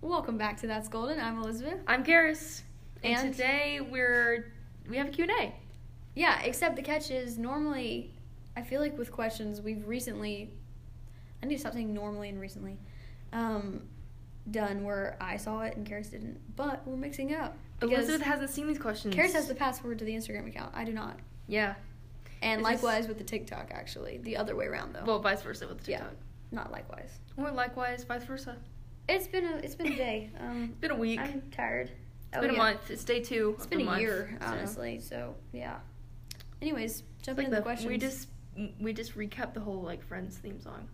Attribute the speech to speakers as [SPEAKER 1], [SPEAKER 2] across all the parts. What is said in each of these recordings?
[SPEAKER 1] Welcome back to That's Golden. I'm Elizabeth.
[SPEAKER 2] I'm Karis, and,
[SPEAKER 1] And?
[SPEAKER 2] today we're we have a Q&A.
[SPEAKER 1] Yeah, except the catch is normally, I feel like with questions, we've recently, I need to stop saying normally and recently, um, done where I saw it and Karis didn't, but we're mixing it up. Because
[SPEAKER 2] Elizabeth hasn't seen these questions.
[SPEAKER 1] Karis has the password to the Instagram account. I do not.
[SPEAKER 2] yeah.
[SPEAKER 1] And
[SPEAKER 2] It's just-
[SPEAKER 1] likewise with the TikTok, actually. The other way around, though.
[SPEAKER 2] Well, vice versa with the
[SPEAKER 1] Yeah.
[SPEAKER 2] TikTok,
[SPEAKER 1] not likewise.
[SPEAKER 2] or likewise, vice versa.
[SPEAKER 1] It's been a, it's been a day. Um,
[SPEAKER 2] It's been a week.
[SPEAKER 1] I'm
[SPEAKER 2] It's
[SPEAKER 1] tired. Oh,
[SPEAKER 2] been a
[SPEAKER 1] yeah.
[SPEAKER 2] month. It's day two.
[SPEAKER 1] It's
[SPEAKER 2] of
[SPEAKER 1] been
[SPEAKER 2] the
[SPEAKER 1] a
[SPEAKER 2] month,
[SPEAKER 1] year,
[SPEAKER 2] so.
[SPEAKER 1] honestly. So yeah. Anyways, jumping
[SPEAKER 2] Like
[SPEAKER 1] into
[SPEAKER 2] the,
[SPEAKER 1] the questions.
[SPEAKER 2] we just we just recap the whole like Friends theme song.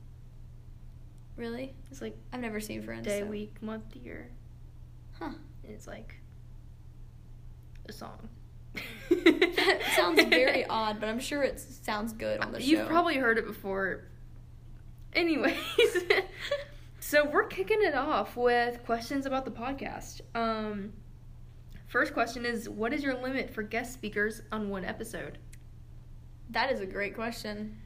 [SPEAKER 1] really.
[SPEAKER 2] It's like
[SPEAKER 1] I've never seen Friends.
[SPEAKER 2] day,
[SPEAKER 1] so-
[SPEAKER 2] week, month, year.
[SPEAKER 1] Huh.
[SPEAKER 2] And it's like a song.
[SPEAKER 1] That sounds very odd, but I'm sure it sounds good on the show.
[SPEAKER 2] You've probably heard it before. Anyways, so we're kicking it off with questions about the podcast. Um, first question is What is your limit for guest speakers on one episode?
[SPEAKER 1] That is a great question.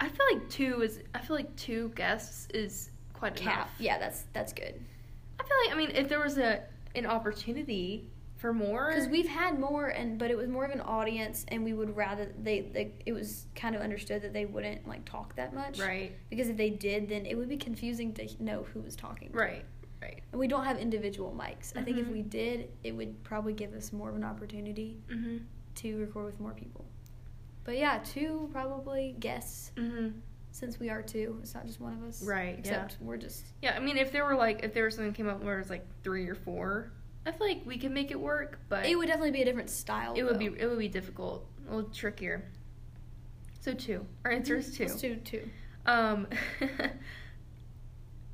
[SPEAKER 2] I feel like two is, I feel like two guests is quite
[SPEAKER 1] Cap.
[SPEAKER 2] enough.
[SPEAKER 1] Yeah, that's that's good.
[SPEAKER 2] I feel like, I mean, if there was a an opportunity for more.
[SPEAKER 1] Because we've had more, and but it was more of an audience, and we would rather they, they it was kind of understood that they wouldn't like talk that much,
[SPEAKER 2] Right,
[SPEAKER 1] Because if they did, then it would be confusing to know who was talking.
[SPEAKER 2] right, right.
[SPEAKER 1] And we don't have individual mics. I think if
[SPEAKER 2] Mhm.
[SPEAKER 1] we did, it would probably give us more of an opportunity
[SPEAKER 2] Mm
[SPEAKER 1] to record with more people. But yeah, two probably guests
[SPEAKER 2] hmm. Mm hmm.
[SPEAKER 1] since we are two. It's not just one of us.
[SPEAKER 2] Right, yeah.
[SPEAKER 1] Except we're just
[SPEAKER 2] Yeah, I mean, if there were like, if there was something that came up where it was like three or four, I feel like we could make it work. But
[SPEAKER 1] it would definitely be a different style.
[SPEAKER 2] it would be
[SPEAKER 1] though.
[SPEAKER 2] it would be difficult, a little trickier. So two. Our answer is two.
[SPEAKER 1] Mm-hmm. Let's do two.
[SPEAKER 2] Um,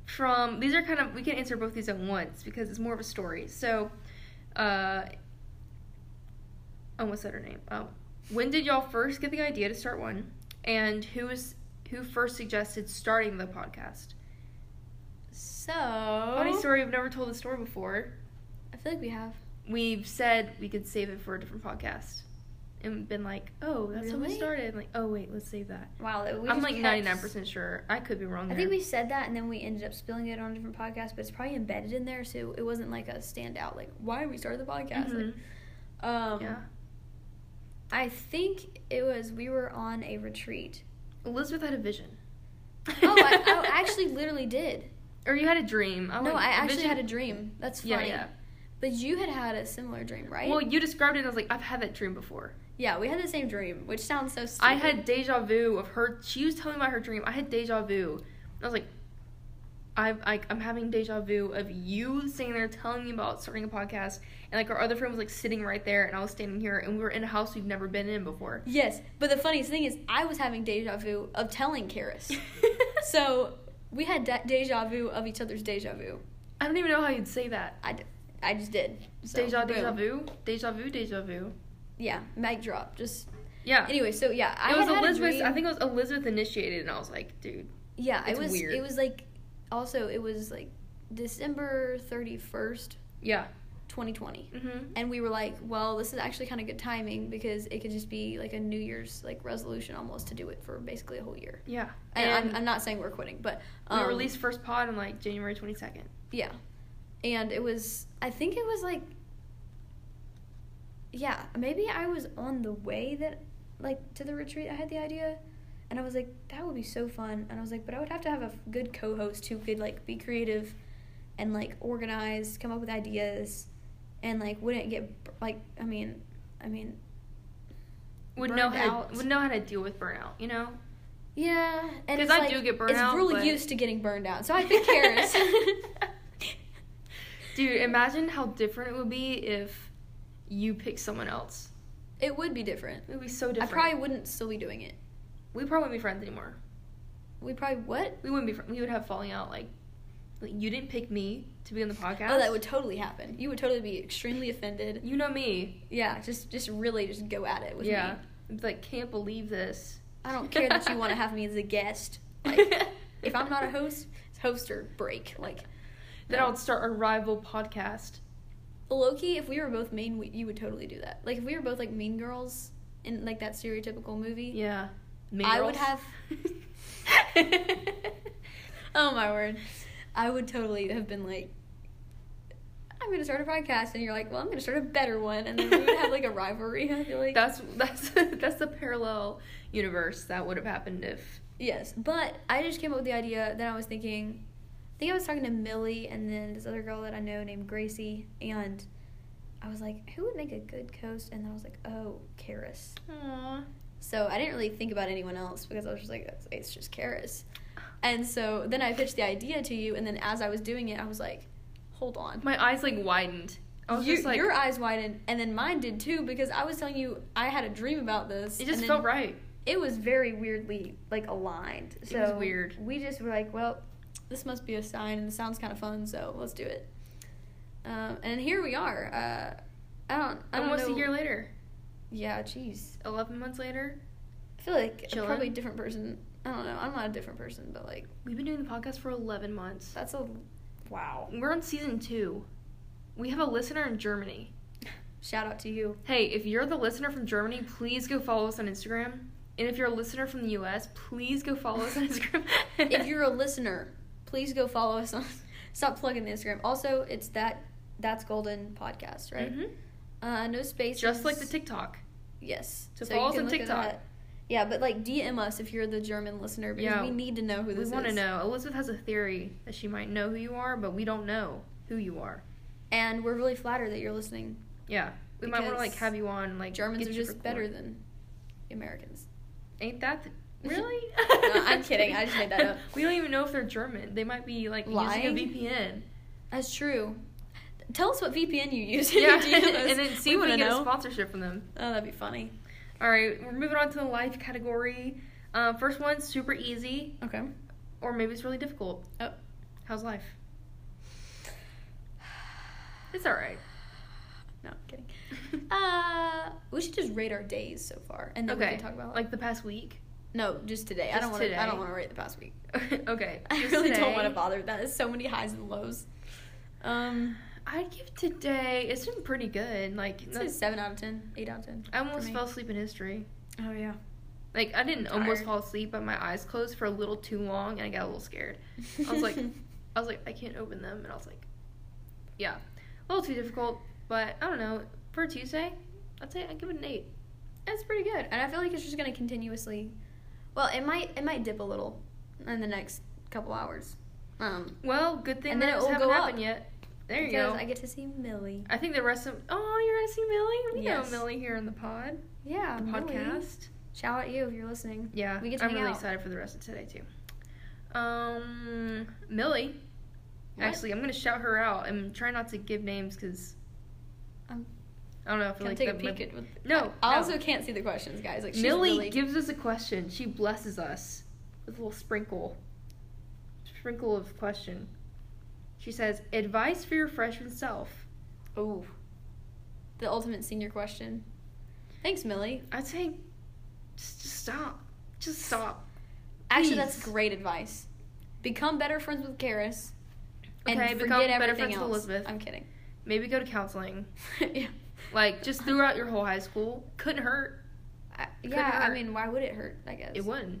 [SPEAKER 2] from these are kind of we can answer both these at once because it's more of a story. So, uh, I almost said her name. Um, when did y'all first get the idea to start one, and who is who first suggested starting the podcast?
[SPEAKER 1] So Oh.
[SPEAKER 2] Funny story, we've never told the story before.
[SPEAKER 1] I feel like we have.
[SPEAKER 2] we've said we could save it for a different podcast and been like, oh, that's how
[SPEAKER 1] Really?
[SPEAKER 2] we started. like, oh, wait, let's save that.
[SPEAKER 1] Wow, that we
[SPEAKER 2] I'm
[SPEAKER 1] just
[SPEAKER 2] like
[SPEAKER 1] kept-
[SPEAKER 2] 99% sure. I could be wrong.
[SPEAKER 1] I think
[SPEAKER 2] there.
[SPEAKER 1] we said that and then we ended up spilling it on a different podcast, but it's probably embedded in there, so it wasn't like a standout like why we started the podcast. Like,
[SPEAKER 2] Mhm.
[SPEAKER 1] um
[SPEAKER 2] yeah.
[SPEAKER 1] I think it was we were on a retreat.
[SPEAKER 2] Elizabeth had a vision.
[SPEAKER 1] Oh, I, I actually literally did.
[SPEAKER 2] Or you had a dream. I
[SPEAKER 1] no,
[SPEAKER 2] like-
[SPEAKER 1] I actually
[SPEAKER 2] Oh vision-
[SPEAKER 1] had a dream. That's
[SPEAKER 2] Yeah,
[SPEAKER 1] funny.
[SPEAKER 2] yeah.
[SPEAKER 1] But you had had a similar dream, right?
[SPEAKER 2] Well, you described it. and I was like, I've had that dream before.
[SPEAKER 1] yeah, we had the same dream, which sounds so stupid.
[SPEAKER 2] I had deja vu of her. She was telling me about her dream. I had deja vu. I was like, I've, I, I'm having deja vu of you sitting there telling me about starting a podcast. And like our other friend was like sitting right there, and I was standing here, and we were in a house we've never been in before.
[SPEAKER 1] Yes, but the funniest thing is I was having deja vu of telling Karis. so we had de- deja vu of each other's deja vu.
[SPEAKER 2] I don't even know how you'd say that.
[SPEAKER 1] I, d- I just did. So,
[SPEAKER 2] deja, deja
[SPEAKER 1] boom.
[SPEAKER 2] vu, deja vu, deja vu.
[SPEAKER 1] Yeah, mic drop. Just
[SPEAKER 2] Yeah.
[SPEAKER 1] anyway. So yeah, I
[SPEAKER 2] it was
[SPEAKER 1] had had a
[SPEAKER 2] Elizabeth.
[SPEAKER 1] dream-
[SPEAKER 2] I think it was Elizabeth initiated, and I was like, dude.
[SPEAKER 1] yeah, it
[SPEAKER 2] it's
[SPEAKER 1] was.
[SPEAKER 2] weird.
[SPEAKER 1] It was like also it was like December thirty first,
[SPEAKER 2] Yeah.
[SPEAKER 1] twenty twenty.
[SPEAKER 2] Mm-hmm.
[SPEAKER 1] and we were like, well, this is actually kind of good timing because it could just be like a New Year's like resolution almost to do it for basically a whole year.
[SPEAKER 2] Yeah.
[SPEAKER 1] And, I'm, I'm not saying we're quitting, but um,
[SPEAKER 2] we released first pod on like January 22nd.
[SPEAKER 1] Yeah, and it was I think it was like yeah maybe I was on the way that like to the retreat I had the idea. And I was like, that would be so fun. And I was like, but I would have to have a f- good co-host who could like be creative, and like organized, come up with ideas, and like wouldn't get b- like I mean, I mean,
[SPEAKER 2] would know
[SPEAKER 1] burned
[SPEAKER 2] how
[SPEAKER 1] out.
[SPEAKER 2] would know how to deal with burnout. You know,
[SPEAKER 1] Yeah, and
[SPEAKER 2] 'Cause
[SPEAKER 1] it's
[SPEAKER 2] I
[SPEAKER 1] like,
[SPEAKER 2] do get burnt
[SPEAKER 1] It's
[SPEAKER 2] out,
[SPEAKER 1] really
[SPEAKER 2] but-
[SPEAKER 1] used to getting burned out, so I think Karis.
[SPEAKER 2] dude. Imagine how different it would be if you picked someone else.
[SPEAKER 1] it would be different.
[SPEAKER 2] It would be so different.
[SPEAKER 1] I probably wouldn't still be doing it.
[SPEAKER 2] we probably wouldn't be friends anymore.
[SPEAKER 1] We probably what?
[SPEAKER 2] We wouldn't be. Fr- we would have falling out. Like, like you didn't pick me to be on the podcast.
[SPEAKER 1] Oh, that would totally happen. You would totally be extremely offended.
[SPEAKER 2] You know me.
[SPEAKER 1] Yeah, just just really just go at it with
[SPEAKER 2] yeah.
[SPEAKER 1] me.
[SPEAKER 2] It's like can't believe this.
[SPEAKER 1] I don't care that you want to have me as a guest. Like, if I'm not a host, it's host or break. Like,
[SPEAKER 2] then
[SPEAKER 1] no.
[SPEAKER 2] I'll start a rival podcast.
[SPEAKER 1] Loki, if we were both mean, we, you would totally do that. Like, if we were both like mean girls in like that stereotypical movie.
[SPEAKER 2] Yeah. Mean
[SPEAKER 1] I would
[SPEAKER 2] Girls?
[SPEAKER 1] have. oh my word. I would totally have been like, I'm gonna start a podcast, and you're like, well, I'm gonna start a better one, and then we would have like a rivalry. I feel like
[SPEAKER 2] That's that's that's the parallel universe that would have happened if
[SPEAKER 1] yes, but I just came up with the idea. Then I was thinking, I think I was talking to Millie, and then this other girl that I know named Gracie, and I was like, who would make a good coast? And then I was like, oh, Karis.
[SPEAKER 2] Aww.
[SPEAKER 1] So I didn't really think about anyone else because I was just like, "It's- it's just Karis. And so then I pitched the idea to you, and then as I was doing it, I was like, hold on.
[SPEAKER 2] my eyes like widened. I was
[SPEAKER 1] You-
[SPEAKER 2] just like
[SPEAKER 1] your eyes widened, and then mine did too because I was telling you I had a dream about this.
[SPEAKER 2] it
[SPEAKER 1] and
[SPEAKER 2] just
[SPEAKER 1] then
[SPEAKER 2] felt right.
[SPEAKER 1] It was very weirdly like aligned.
[SPEAKER 2] was
[SPEAKER 1] So
[SPEAKER 2] weird.
[SPEAKER 1] We just were like, well, this must be a sign, and it sounds kind of fun, so let's do it. Um, and here we are. Uh, I don't. I don't
[SPEAKER 2] Almost
[SPEAKER 1] know.
[SPEAKER 2] a year later,
[SPEAKER 1] Yeah. Jeez.
[SPEAKER 2] eleven months later,
[SPEAKER 1] I feel like
[SPEAKER 2] Chillin'.
[SPEAKER 1] probably a different person. I don't know. I'm not a different person, but like
[SPEAKER 2] we've been doing the podcast for eleven months.
[SPEAKER 1] that's a wow.
[SPEAKER 2] We're on season two. We have a listener in Germany.
[SPEAKER 1] Shout out to you.
[SPEAKER 2] Hey, if you're the listener from Germany, please go follow us on Instagram. And if you're a listener from the US, please go follow us on Instagram.
[SPEAKER 1] if you're a listener, please go follow us on. Stop plugging the Instagram. Also, it's that that's golden podcast, right?
[SPEAKER 2] Mhm.
[SPEAKER 1] Uh, no space.
[SPEAKER 2] just like the TikTok.
[SPEAKER 1] Yes.
[SPEAKER 2] So follow us
[SPEAKER 1] can
[SPEAKER 2] on
[SPEAKER 1] look at
[SPEAKER 2] TikTok.
[SPEAKER 1] that. Yeah, but like DM us if you're the German listener because
[SPEAKER 2] Yeah.
[SPEAKER 1] we need to know who
[SPEAKER 2] We
[SPEAKER 1] this is.
[SPEAKER 2] want to know. Elizabeth has a theory that she might know who you are, but we don't know who you are.
[SPEAKER 1] And we're really flattered that you're listening.
[SPEAKER 2] Yeah, we might want to like
[SPEAKER 1] Because
[SPEAKER 2] have you on. Like
[SPEAKER 1] Germans
[SPEAKER 2] get
[SPEAKER 1] are
[SPEAKER 2] you
[SPEAKER 1] just
[SPEAKER 2] for
[SPEAKER 1] better
[SPEAKER 2] court.
[SPEAKER 1] than Americans.
[SPEAKER 2] Ain't that th- really?
[SPEAKER 1] No, I'm kidding. I just made that up.
[SPEAKER 2] We don't even know if they're German. They might be like
[SPEAKER 1] Lying?
[SPEAKER 2] using a VPN.
[SPEAKER 1] That's true. Tell us what VPN you use. in
[SPEAKER 2] Yeah,
[SPEAKER 1] your DMs.
[SPEAKER 2] and then see
[SPEAKER 1] we
[SPEAKER 2] if we
[SPEAKER 1] want to
[SPEAKER 2] can get a
[SPEAKER 1] know.
[SPEAKER 2] sponsorship from them.
[SPEAKER 1] oh, that'd be funny.
[SPEAKER 2] All right, we're moving on to the life category. Uh, first one, super easy,
[SPEAKER 1] Okay.
[SPEAKER 2] or maybe it's really difficult.
[SPEAKER 1] Oh.
[SPEAKER 2] How's life? It's all right.
[SPEAKER 1] No, I'm kidding. Uh, we should just rate our days so far, and then we
[SPEAKER 2] okay.
[SPEAKER 1] can talk about like
[SPEAKER 2] like the past week.
[SPEAKER 1] no, just today. I
[SPEAKER 2] Just
[SPEAKER 1] don't want to. I
[SPEAKER 2] today.
[SPEAKER 1] don't want to rate the past week.
[SPEAKER 2] okay.
[SPEAKER 1] I
[SPEAKER 2] just
[SPEAKER 1] really don't
[SPEAKER 2] today.
[SPEAKER 1] want to bother with that. There's so many highs and lows. Um,
[SPEAKER 2] I'd give today. It's been pretty good. Like
[SPEAKER 1] it's
[SPEAKER 2] not-
[SPEAKER 1] a seven out of ten, eight out of ten.
[SPEAKER 2] I almost
[SPEAKER 1] me.
[SPEAKER 2] fell asleep in history.
[SPEAKER 1] Oh yeah.
[SPEAKER 2] Like I didn't almost
[SPEAKER 1] tired.
[SPEAKER 2] fall asleep, but my eyes closed for a little too long, and I got a little scared. I was like- I was like, I can't open them, and I was like, yeah, a little too difficult. But I don't know. For Tuesday, I'd say I give it an eight.
[SPEAKER 1] that's pretty good, and I feel like it's just gonna continuously. Well, it might it might dip a little in the next couple hours. Um,
[SPEAKER 2] Well, good thing
[SPEAKER 1] And
[SPEAKER 2] that
[SPEAKER 1] then it
[SPEAKER 2] those
[SPEAKER 1] will
[SPEAKER 2] haven't
[SPEAKER 1] go
[SPEAKER 2] happened
[SPEAKER 1] up.
[SPEAKER 2] yet. There you
[SPEAKER 1] because
[SPEAKER 2] go.
[SPEAKER 1] I
[SPEAKER 2] I,
[SPEAKER 1] get to see Millie.
[SPEAKER 2] think the rest of oh, you're gonna see Millie. We
[SPEAKER 1] Yes.
[SPEAKER 2] know Millie here in the pod,
[SPEAKER 1] Yeah,
[SPEAKER 2] the
[SPEAKER 1] Millie.
[SPEAKER 2] podcast.
[SPEAKER 1] Shout out you if you're listening.
[SPEAKER 2] Yeah,
[SPEAKER 1] We get to
[SPEAKER 2] I'm
[SPEAKER 1] hang
[SPEAKER 2] really
[SPEAKER 1] out.
[SPEAKER 2] excited for the rest of today too. Um, Millie.
[SPEAKER 1] What?
[SPEAKER 2] Actually, I'm gonna shout her out and try not to give names because
[SPEAKER 1] Um,
[SPEAKER 2] I don't know. I feel
[SPEAKER 1] Can I
[SPEAKER 2] like
[SPEAKER 1] take a
[SPEAKER 2] that might-
[SPEAKER 1] peek at? With,
[SPEAKER 2] No,
[SPEAKER 1] I, I
[SPEAKER 2] no.
[SPEAKER 1] also can't see the questions, guys. Like she's
[SPEAKER 2] Millie
[SPEAKER 1] really-
[SPEAKER 2] gives us a question. She blesses us with a little sprinkle, sprinkle of question. She says, "Advice for your freshman self."
[SPEAKER 1] Ooh. The ultimate senior question. Thanks, Millie.
[SPEAKER 2] I'd say, just, just stop. Just stop.
[SPEAKER 1] Actually, that's
[SPEAKER 2] Please.
[SPEAKER 1] great advice. Become better friends with Karis. And
[SPEAKER 2] Okay,
[SPEAKER 1] forget
[SPEAKER 2] become better
[SPEAKER 1] everything
[SPEAKER 2] friends with
[SPEAKER 1] else.
[SPEAKER 2] Elizabeth.
[SPEAKER 1] I'm kidding.
[SPEAKER 2] Maybe go to counseling.
[SPEAKER 1] yeah.
[SPEAKER 2] Like just throughout your whole high school, couldn't hurt.
[SPEAKER 1] I,
[SPEAKER 2] Couldn't
[SPEAKER 1] yeah, I
[SPEAKER 2] hurt.
[SPEAKER 1] mean, why would it hurt? I guess
[SPEAKER 2] It wouldn't.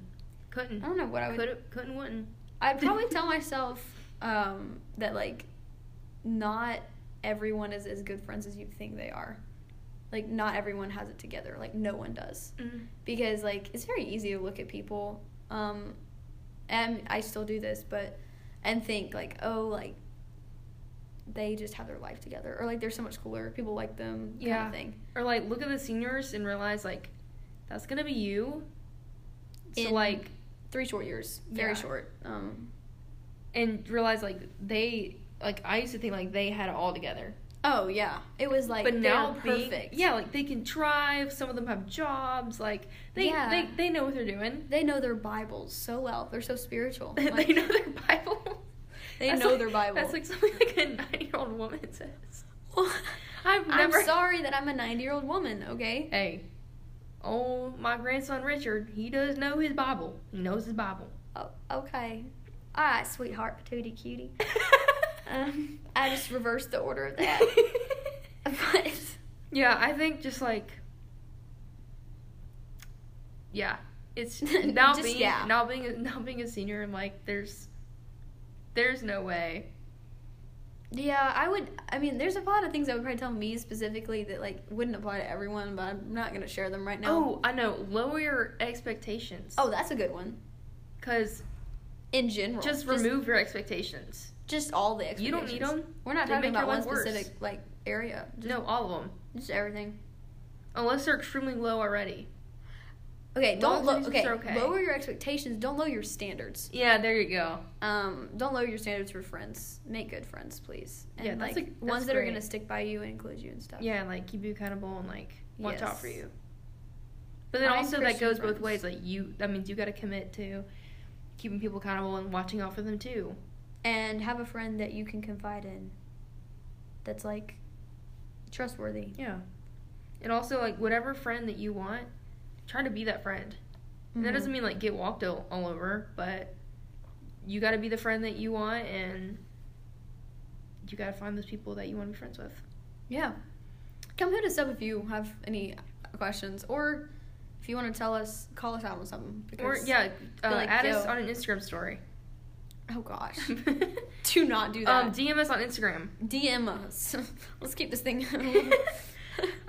[SPEAKER 2] Couldn't.
[SPEAKER 1] I don't know what I would.
[SPEAKER 2] Couldn't. Couldn't. Wouldn't.
[SPEAKER 1] I'd probably tell myself um, that like not everyone is as good friends as you think they are. Like not everyone has it together. Like no one does.
[SPEAKER 2] Mm.
[SPEAKER 1] because like it's very easy to look at people um and i still do this but and think like oh like they just have their life together or like they're so much cooler people like them kind
[SPEAKER 2] Yeah.
[SPEAKER 1] of thing
[SPEAKER 2] Or like look at the seniors and realize like, that's gonna be you. So
[SPEAKER 1] In-
[SPEAKER 2] like
[SPEAKER 1] three short years very
[SPEAKER 2] Yeah.
[SPEAKER 1] short um
[SPEAKER 2] and realize like they like I used to think like they had it all together,
[SPEAKER 1] oh yeah it was like
[SPEAKER 2] but
[SPEAKER 1] they're
[SPEAKER 2] now being-
[SPEAKER 1] perfect
[SPEAKER 2] yeah, like they can drive. Some of them have jobs. Like they
[SPEAKER 1] Yeah.
[SPEAKER 2] they, they know what they're doing.
[SPEAKER 1] they know their bibles so well they're so spiritual
[SPEAKER 2] they
[SPEAKER 1] like,
[SPEAKER 2] know their Bible.
[SPEAKER 1] they
[SPEAKER 2] That's
[SPEAKER 1] know
[SPEAKER 2] like-
[SPEAKER 1] their bible
[SPEAKER 2] That's like something like a nine year old woman says. I've
[SPEAKER 1] i'm
[SPEAKER 2] never.
[SPEAKER 1] sorry that i'm a 90 year old woman okay
[SPEAKER 2] Hey, oh my grandson Richard, he does know his Bible. He knows his Bible.
[SPEAKER 1] oh, okay all right sweetheart patootie cutie Um, I just reversed the order of that. but
[SPEAKER 2] yeah, I think just like. Yeah, it's now
[SPEAKER 1] Just
[SPEAKER 2] being
[SPEAKER 1] yeah.
[SPEAKER 2] now being a, now being a senior and like there's, there's no way
[SPEAKER 1] Yeah, I would. I mean, there's a lot of things I would probably tell me specifically that like wouldn't apply to everyone, but I'm not gonna share them right now.
[SPEAKER 2] Oh, I know. Lower your expectations.
[SPEAKER 1] oh, that's a good one.
[SPEAKER 2] because
[SPEAKER 1] In general,
[SPEAKER 2] just remove your expectations.
[SPEAKER 1] just all the.
[SPEAKER 2] You don't need
[SPEAKER 1] expectations.
[SPEAKER 2] them.
[SPEAKER 1] We're not
[SPEAKER 2] They
[SPEAKER 1] talking
[SPEAKER 2] make
[SPEAKER 1] about
[SPEAKER 2] your
[SPEAKER 1] one
[SPEAKER 2] life worse.
[SPEAKER 1] specific like area. Just,
[SPEAKER 2] No, all of them,
[SPEAKER 1] just everything.
[SPEAKER 2] unless they're extremely low already.
[SPEAKER 1] Okay, don't
[SPEAKER 2] Low
[SPEAKER 1] low. Okay,
[SPEAKER 2] expectations are okay.
[SPEAKER 1] lower your expectations. Don't lower your standards.
[SPEAKER 2] Yeah, there you go.
[SPEAKER 1] Um, don't lower your standards for friends. Make good friends, please. And
[SPEAKER 2] Yeah,
[SPEAKER 1] like
[SPEAKER 2] that's a- that's
[SPEAKER 1] ones that are
[SPEAKER 2] great.
[SPEAKER 1] gonna stick by you and include you and stuff.
[SPEAKER 2] Yeah, like keep you accountable and like watch out for
[SPEAKER 1] Yes.
[SPEAKER 2] you. But then
[SPEAKER 1] Find
[SPEAKER 2] also that
[SPEAKER 1] Christian
[SPEAKER 2] goes both
[SPEAKER 1] friends.
[SPEAKER 2] ways. Like you, that means you got to commit to keeping people accountable and watching out for them too.
[SPEAKER 1] And have a friend that you can confide in. That's like trustworthy.
[SPEAKER 2] Yeah. And also like whatever friend that you want, try to be that friend. And that
[SPEAKER 1] Mm-hmm.
[SPEAKER 2] doesn't mean like get walked all, all over, but you got to be the friend that you want and you got to find those people that you want to be friends with.
[SPEAKER 1] Yeah. Come hit us up if you have any questions or if you want to tell us, call us out on something.
[SPEAKER 2] Or
[SPEAKER 1] because-
[SPEAKER 2] yeah, uh,
[SPEAKER 1] like,
[SPEAKER 2] add us
[SPEAKER 1] yo.
[SPEAKER 2] on an Instagram story.
[SPEAKER 1] Oh, gosh. Do not do that.
[SPEAKER 2] Um, DM us on Instagram.
[SPEAKER 1] DM us. Let's keep this thing.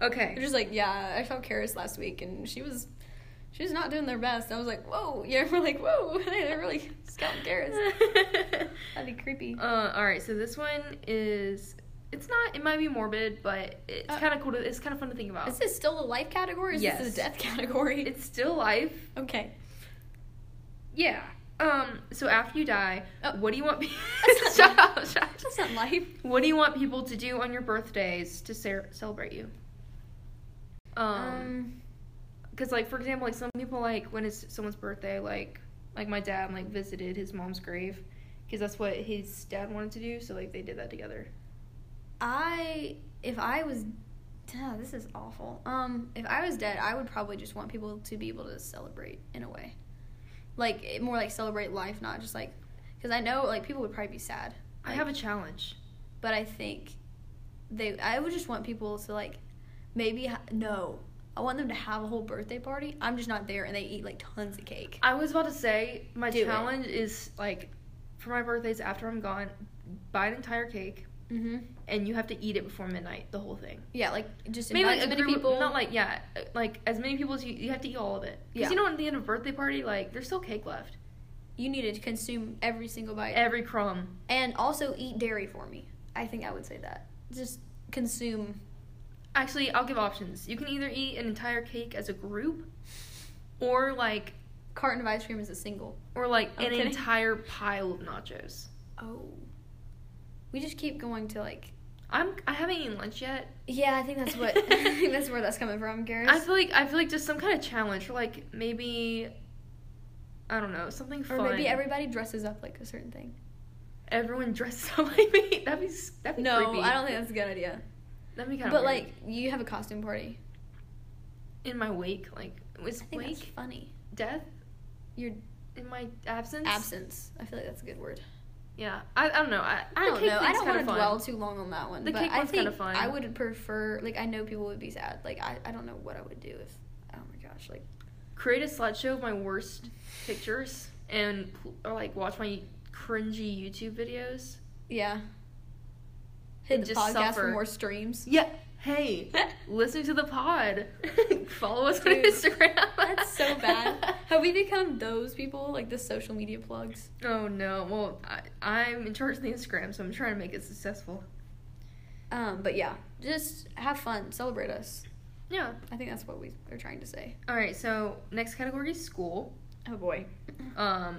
[SPEAKER 2] Okay.
[SPEAKER 1] They're just like, yeah, I felt Karis last week and she was. She was not doing their best. I was like, whoa. Yeah, we're like, whoa. They're really scouting Karis. That'd be creepy.
[SPEAKER 2] Uh, all right, so this one is it's not it might be morbid, but it's
[SPEAKER 1] Uh,
[SPEAKER 2] kind of cool. To, it's kind of fun to think about.
[SPEAKER 1] Is this still the life category? Or is this
[SPEAKER 2] Yes.
[SPEAKER 1] the death category?
[SPEAKER 2] It's still life.
[SPEAKER 1] okay.
[SPEAKER 2] Yeah. Um. So after you die,
[SPEAKER 1] Oh.
[SPEAKER 2] what do you want? People-
[SPEAKER 1] That's not-
[SPEAKER 2] shut up. Shut up.
[SPEAKER 1] That's not life.
[SPEAKER 2] What do you want people to do on your birthdays to cer- celebrate you? Um.
[SPEAKER 1] Um,
[SPEAKER 2] Because like for example, like some people like when it's someone's birthday, like like my dad like visited his mom's grave. Because that's what his dad wanted to do, so like they did that together.
[SPEAKER 1] I if I was Duh, this is awful. Um, if I was dead, I would probably just want people to be able to celebrate in a way, like it- more like celebrate life, not just like because I know like people would probably be sad.
[SPEAKER 2] I have a challenge.
[SPEAKER 1] but I think they. I would just want people to like maybe ha- no. I want them to have a whole birthday party. I'm just not there, and they eat like tons of cake.
[SPEAKER 2] I was about to say my
[SPEAKER 1] Do it.
[SPEAKER 2] challenge is like for my birthdays after I'm gone, buy an entire cake
[SPEAKER 1] Mm-hmm.
[SPEAKER 2] and you have to eat it before midnight, the whole thing.
[SPEAKER 1] Yeah, like just
[SPEAKER 2] Maybe
[SPEAKER 1] invite as
[SPEAKER 2] like a
[SPEAKER 1] many
[SPEAKER 2] group-
[SPEAKER 1] people.
[SPEAKER 2] not like yeah, uh, like as many people as you you have to eat all of it.
[SPEAKER 1] Yeah.
[SPEAKER 2] Because you know at the end of a birthday party, like there's still cake left.
[SPEAKER 1] you need to consume every single bite.
[SPEAKER 2] Every crumb.
[SPEAKER 1] and also eat dairy for me. I think I would say that. Just consume.
[SPEAKER 2] Actually, I'll give options. You can either eat an entire cake as a group, or like
[SPEAKER 1] Carton of ice cream is a single.
[SPEAKER 2] or like
[SPEAKER 1] I'm
[SPEAKER 2] an
[SPEAKER 1] kidding.
[SPEAKER 2] entire pile of nachos.
[SPEAKER 1] Oh. We just keep going to like.
[SPEAKER 2] I'm I haven't eaten lunch yet.
[SPEAKER 1] Yeah, I think that's what. I think that's where that's coming from, Garrett.
[SPEAKER 2] I feel like I feel like just some kind of challenge, or like maybe I don't know something
[SPEAKER 1] or
[SPEAKER 2] fun.
[SPEAKER 1] maybe everybody dresses up like a certain thing.
[SPEAKER 2] everyone dresses up like me. That'd be s- that'd be
[SPEAKER 1] No,
[SPEAKER 2] creepy.
[SPEAKER 1] I don't think that's a good idea.
[SPEAKER 2] That'd be kind of.
[SPEAKER 1] But like, you have a costume party.
[SPEAKER 2] in my wake, like was
[SPEAKER 1] I think that's
[SPEAKER 2] wake
[SPEAKER 1] funny.
[SPEAKER 2] death
[SPEAKER 1] Your
[SPEAKER 2] in my absence.
[SPEAKER 1] absence. I feel like that's a good word.
[SPEAKER 2] Yeah, I, I don't know. I,
[SPEAKER 1] I
[SPEAKER 2] the
[SPEAKER 1] don't
[SPEAKER 2] cake
[SPEAKER 1] know. I
[SPEAKER 2] thing's
[SPEAKER 1] don't
[SPEAKER 2] kinda
[SPEAKER 1] want to
[SPEAKER 2] fun.
[SPEAKER 1] dwell too long on that one.
[SPEAKER 2] The
[SPEAKER 1] but
[SPEAKER 2] cake
[SPEAKER 1] I
[SPEAKER 2] one's kinda
[SPEAKER 1] think
[SPEAKER 2] fun.
[SPEAKER 1] I would prefer. Like, I know people would be sad. Like, I, I don't know what I would do if. Oh my gosh! Like.
[SPEAKER 2] Create a slideshow of my worst pictures and or like watch my cringy YouTube videos.
[SPEAKER 1] Yeah. Hit
[SPEAKER 2] And
[SPEAKER 1] the
[SPEAKER 2] just
[SPEAKER 1] podcast
[SPEAKER 2] suffer.
[SPEAKER 1] for more streams.
[SPEAKER 2] Yeah. Hey, listen to the pod. Follow us
[SPEAKER 1] Dude,
[SPEAKER 2] on Instagram.
[SPEAKER 1] That's so bad. Have we become those people, like the social media plugs?
[SPEAKER 2] Oh no! Well, I, I'm in charge of the Instagram, so I'm trying to make it successful.
[SPEAKER 1] Um, but yeah, just have fun, celebrate us.
[SPEAKER 2] Yeah.
[SPEAKER 1] I think that's what we are trying to say.
[SPEAKER 2] All right. So next category is school.
[SPEAKER 1] Oh boy.
[SPEAKER 2] Um,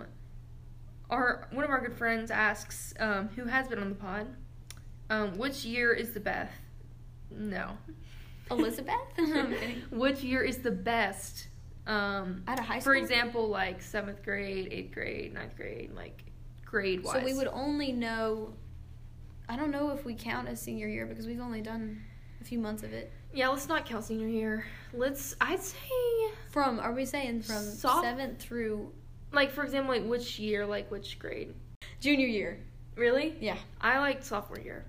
[SPEAKER 2] our one of our good friends asks, um, who has been on the pod, um, which year is the best? No.
[SPEAKER 1] Elizabeth? I'm kidding.
[SPEAKER 2] which year is the best? Um,
[SPEAKER 1] Out of high
[SPEAKER 2] for
[SPEAKER 1] school?
[SPEAKER 2] example, like seventh grade, eighth grade, ninth grade, like grade wise.
[SPEAKER 1] So we would only know. I don't know if we count as senior year because we've only done a few months of it.
[SPEAKER 2] Yeah, let's not count senior year. Let's. I'd say.
[SPEAKER 1] From, are we saying from
[SPEAKER 2] Soph-
[SPEAKER 1] seventh through
[SPEAKER 2] Like for example, like which year, like which grade?
[SPEAKER 1] junior year?
[SPEAKER 2] Really?
[SPEAKER 1] Yeah.
[SPEAKER 2] I like sophomore year.